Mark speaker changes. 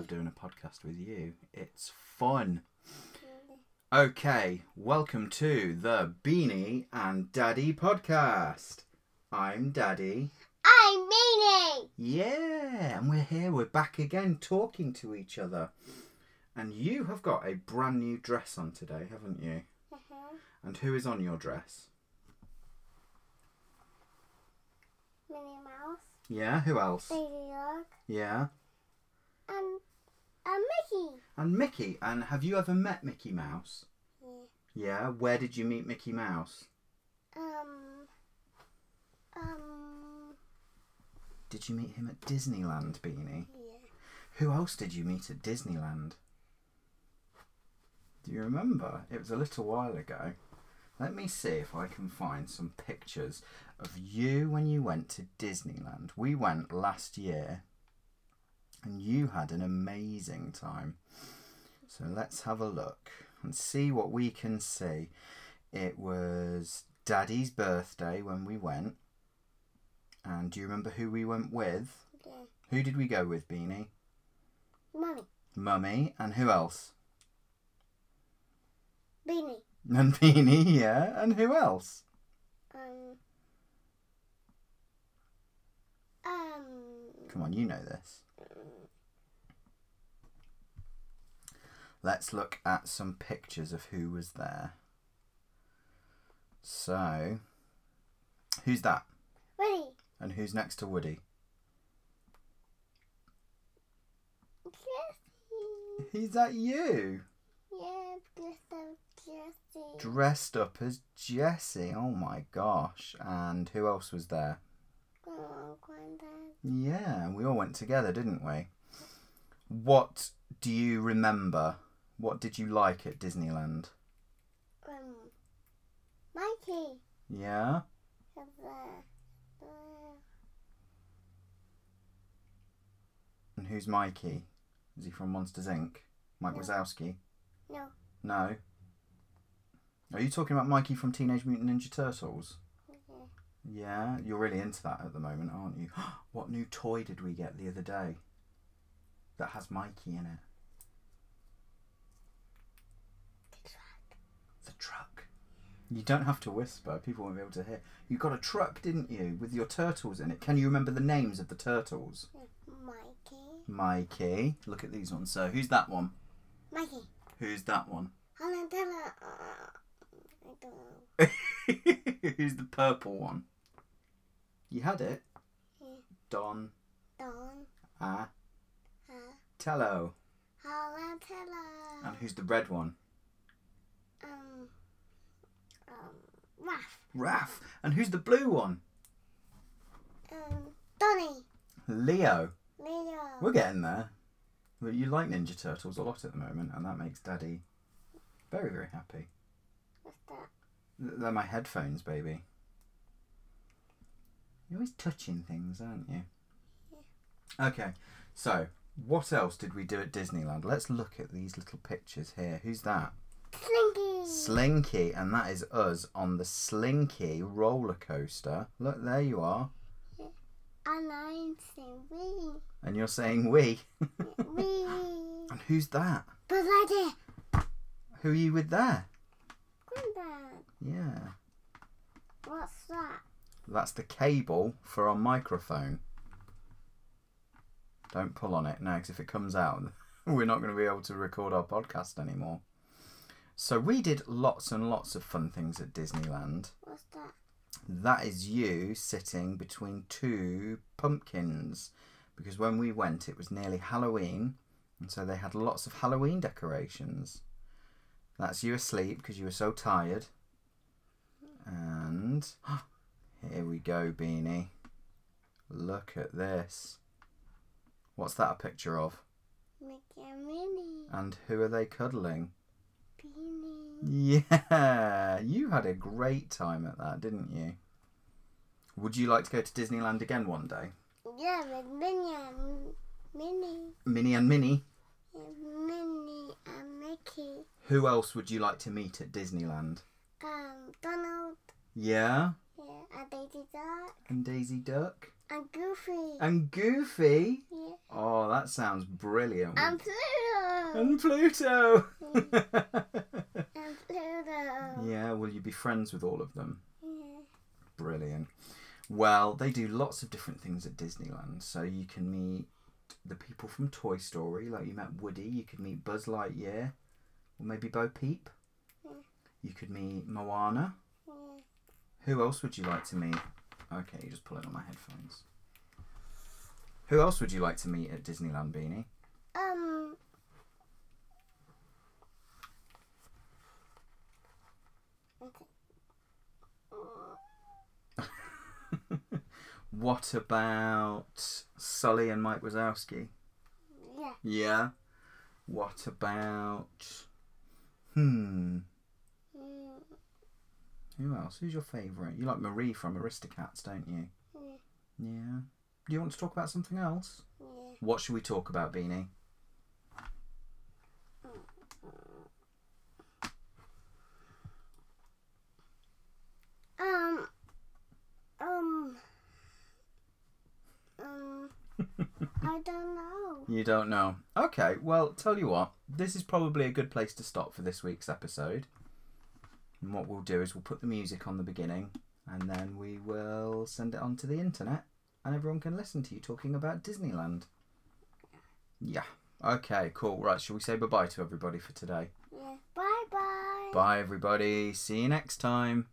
Speaker 1: podcast with you. It's fun. Okay, welcome to the Beanie and Daddy podcast. I'm Daddy.
Speaker 2: I mean it.
Speaker 1: Yeah, and we're here, we're back again talking to each other. And you have got a brand new dress on today, haven't you?
Speaker 2: Uh-huh.
Speaker 1: And who is on your dress?
Speaker 2: Minnie Mouse,
Speaker 1: Yeah, who else?
Speaker 2: Lady Luck,
Speaker 1: Yeah.
Speaker 2: and and Mickey.
Speaker 1: And Mickey. And have you ever met Mickey Mouse?
Speaker 2: Yeah.
Speaker 1: Yeah, where did you meet Mickey Mouse?
Speaker 2: Um. Um.
Speaker 1: Did you meet him at Disneyland, Beanie?
Speaker 2: Yeah.
Speaker 1: Who else did you meet at Disneyland? Do you remember? It was a little while ago. Let me see if I can find some pictures of you when you went to Disneyland. We went last year and you had an amazing time. So let's have a look and see what we can see. It was Daddy's birthday when we went. And do you remember who we went with?
Speaker 2: Yeah.
Speaker 1: Who did we go with, Beanie?
Speaker 2: Mummy,
Speaker 1: Mummy, and who else?
Speaker 2: Beanie,
Speaker 1: And Beanie, yeah, and who else?
Speaker 2: um. Um.
Speaker 1: Come on, you know this. Let's look at some pictures of who was there. So, who's that?
Speaker 2: Ready?
Speaker 1: And who's next to Woody?
Speaker 2: Jessie.
Speaker 1: Is that you?
Speaker 2: Yeah, because of Jessie.
Speaker 1: Dressed up as Jessie. Oh my gosh. And who else was there?
Speaker 2: Oh, Granddad.
Speaker 1: Yeah, we all went together, didn't we? What do you remember? What did you like at Disneyland?
Speaker 2: Um. Mikey.
Speaker 1: Yeah?
Speaker 2: Have the- the-
Speaker 1: And who's Mikey? Is he from Monsters Inc? Mike
Speaker 2: No.
Speaker 1: Wazowski?
Speaker 2: No.
Speaker 1: No. Are you talking about Mikey from Teenage Mutant Ninja Turtles?
Speaker 2: Okay.
Speaker 1: Yeah, you're really into that at the moment, aren't you? What new toy did we get the other day that has Mikey in it?
Speaker 2: The truck.
Speaker 1: The truck. You don't have to whisper, people won't be able to hear. You got a truck, didn't you, with your turtles in it? Can you remember the names of the turtles?
Speaker 2: Mikey.
Speaker 1: Mikey. Look at these ones. So, who's that one?
Speaker 2: Mikey.
Speaker 1: Who's that one?
Speaker 2: Donatello. Uh, I don't know.
Speaker 1: Who's the purple one? You had it.
Speaker 2: Yeah.
Speaker 1: Don
Speaker 2: Don.
Speaker 1: Ah
Speaker 2: Uh,
Speaker 1: Tello.
Speaker 2: Donatello.
Speaker 1: And who's the red one?
Speaker 2: Um. Um. Raph.
Speaker 1: Raph. And who's the blue one?
Speaker 2: Um. Donny.
Speaker 1: Leo.
Speaker 2: Leo.
Speaker 1: We're getting there. Well, you like Ninja Turtles a lot at the moment, and that makes Daddy very, very happy.
Speaker 2: What's that?
Speaker 1: Th- They're my headphones, baby. You're always touching things, aren't you? Okay, so what else did we do at Disneyland? Let's look at these little pictures here. Who's that?
Speaker 2: Slinky.
Speaker 1: Slinky, and that is us on the Slinky roller coaster. Look, there you are.
Speaker 2: and I'm saying wee.
Speaker 1: And you're saying we.
Speaker 2: Wee.
Speaker 1: and who's that?
Speaker 2: Buzz Lightyear.
Speaker 1: Who are you with there?
Speaker 2: Granddad.
Speaker 1: Yeah.
Speaker 2: What's that?
Speaker 1: That's the cable for our microphone. Don't pull on it now, because if it comes out, we're not going to be able to record our podcast anymore. So, we did lots and lots of fun things at Disneyland.
Speaker 2: What's that?
Speaker 1: That is you sitting between two pumpkins. Because when we went, it was nearly Halloween. And so they had lots of Halloween decorations. That's you asleep because you were so tired. And here we go, Beanie. Look at this. What's that a picture of?
Speaker 2: Mickey and Minnie.
Speaker 1: And who are they cuddling?
Speaker 2: Beanie.
Speaker 1: Yeah, you had a great time at that, didn't you? Would you like to go to Disneyland again one day?
Speaker 2: Yeah, with Minnie and Minnie
Speaker 1: Minnie and Minnie,
Speaker 2: and Minnie and Mickey.
Speaker 1: who else would you like to meet at Disneyland?
Speaker 2: Um, Donald.
Speaker 1: Yeah,
Speaker 2: Yeah, and Daisy Duck
Speaker 1: and Daisy Duck
Speaker 2: and Goofy.
Speaker 1: and Goofy.
Speaker 2: yeah,
Speaker 1: Oh, that sounds brilliant.
Speaker 2: And Pluto.
Speaker 1: and Pluto.
Speaker 2: And Pluto.
Speaker 1: yeah, will you be friends with all of them?
Speaker 2: Yeah.
Speaker 1: Brilliant. Well, they do lots of different things at Disneyland. So you can meet the people from Toy Story, like you met Woody. You could meet Buzz Lightyear, or maybe Bo Peep. You could meet Moana.
Speaker 2: Yeah.
Speaker 1: Who else would you like to meet? Okay, you're just pulling on my headphones. Who else would you like to meet at Disneyland, Beanie?
Speaker 2: Um. Okay.
Speaker 1: What about Sully and Mike Wazowski?
Speaker 2: Yeah.
Speaker 1: Yeah. What about. Hmm.
Speaker 2: Mm,
Speaker 1: Who else? Who's your favourite? You like Marie from Aristocats, don't you?
Speaker 2: yeah.
Speaker 1: Yeah. Do you want to talk about something else?
Speaker 2: Yeah.
Speaker 1: What should we talk about, Beanie?
Speaker 2: Um. Um. Um. I don't know.
Speaker 1: You don't know. Okay, well, tell you what, this is probably a good place to stop for this week's episode. And what we'll do is we'll put the music on the beginning and then we will send it onto the internet and everyone can listen to you talking about Disneyland. Yeah. Okay, cool. Right, shall we say bye bye to everybody for today?
Speaker 2: Yeah. Bye bye.
Speaker 1: Bye, everybody. See you next time.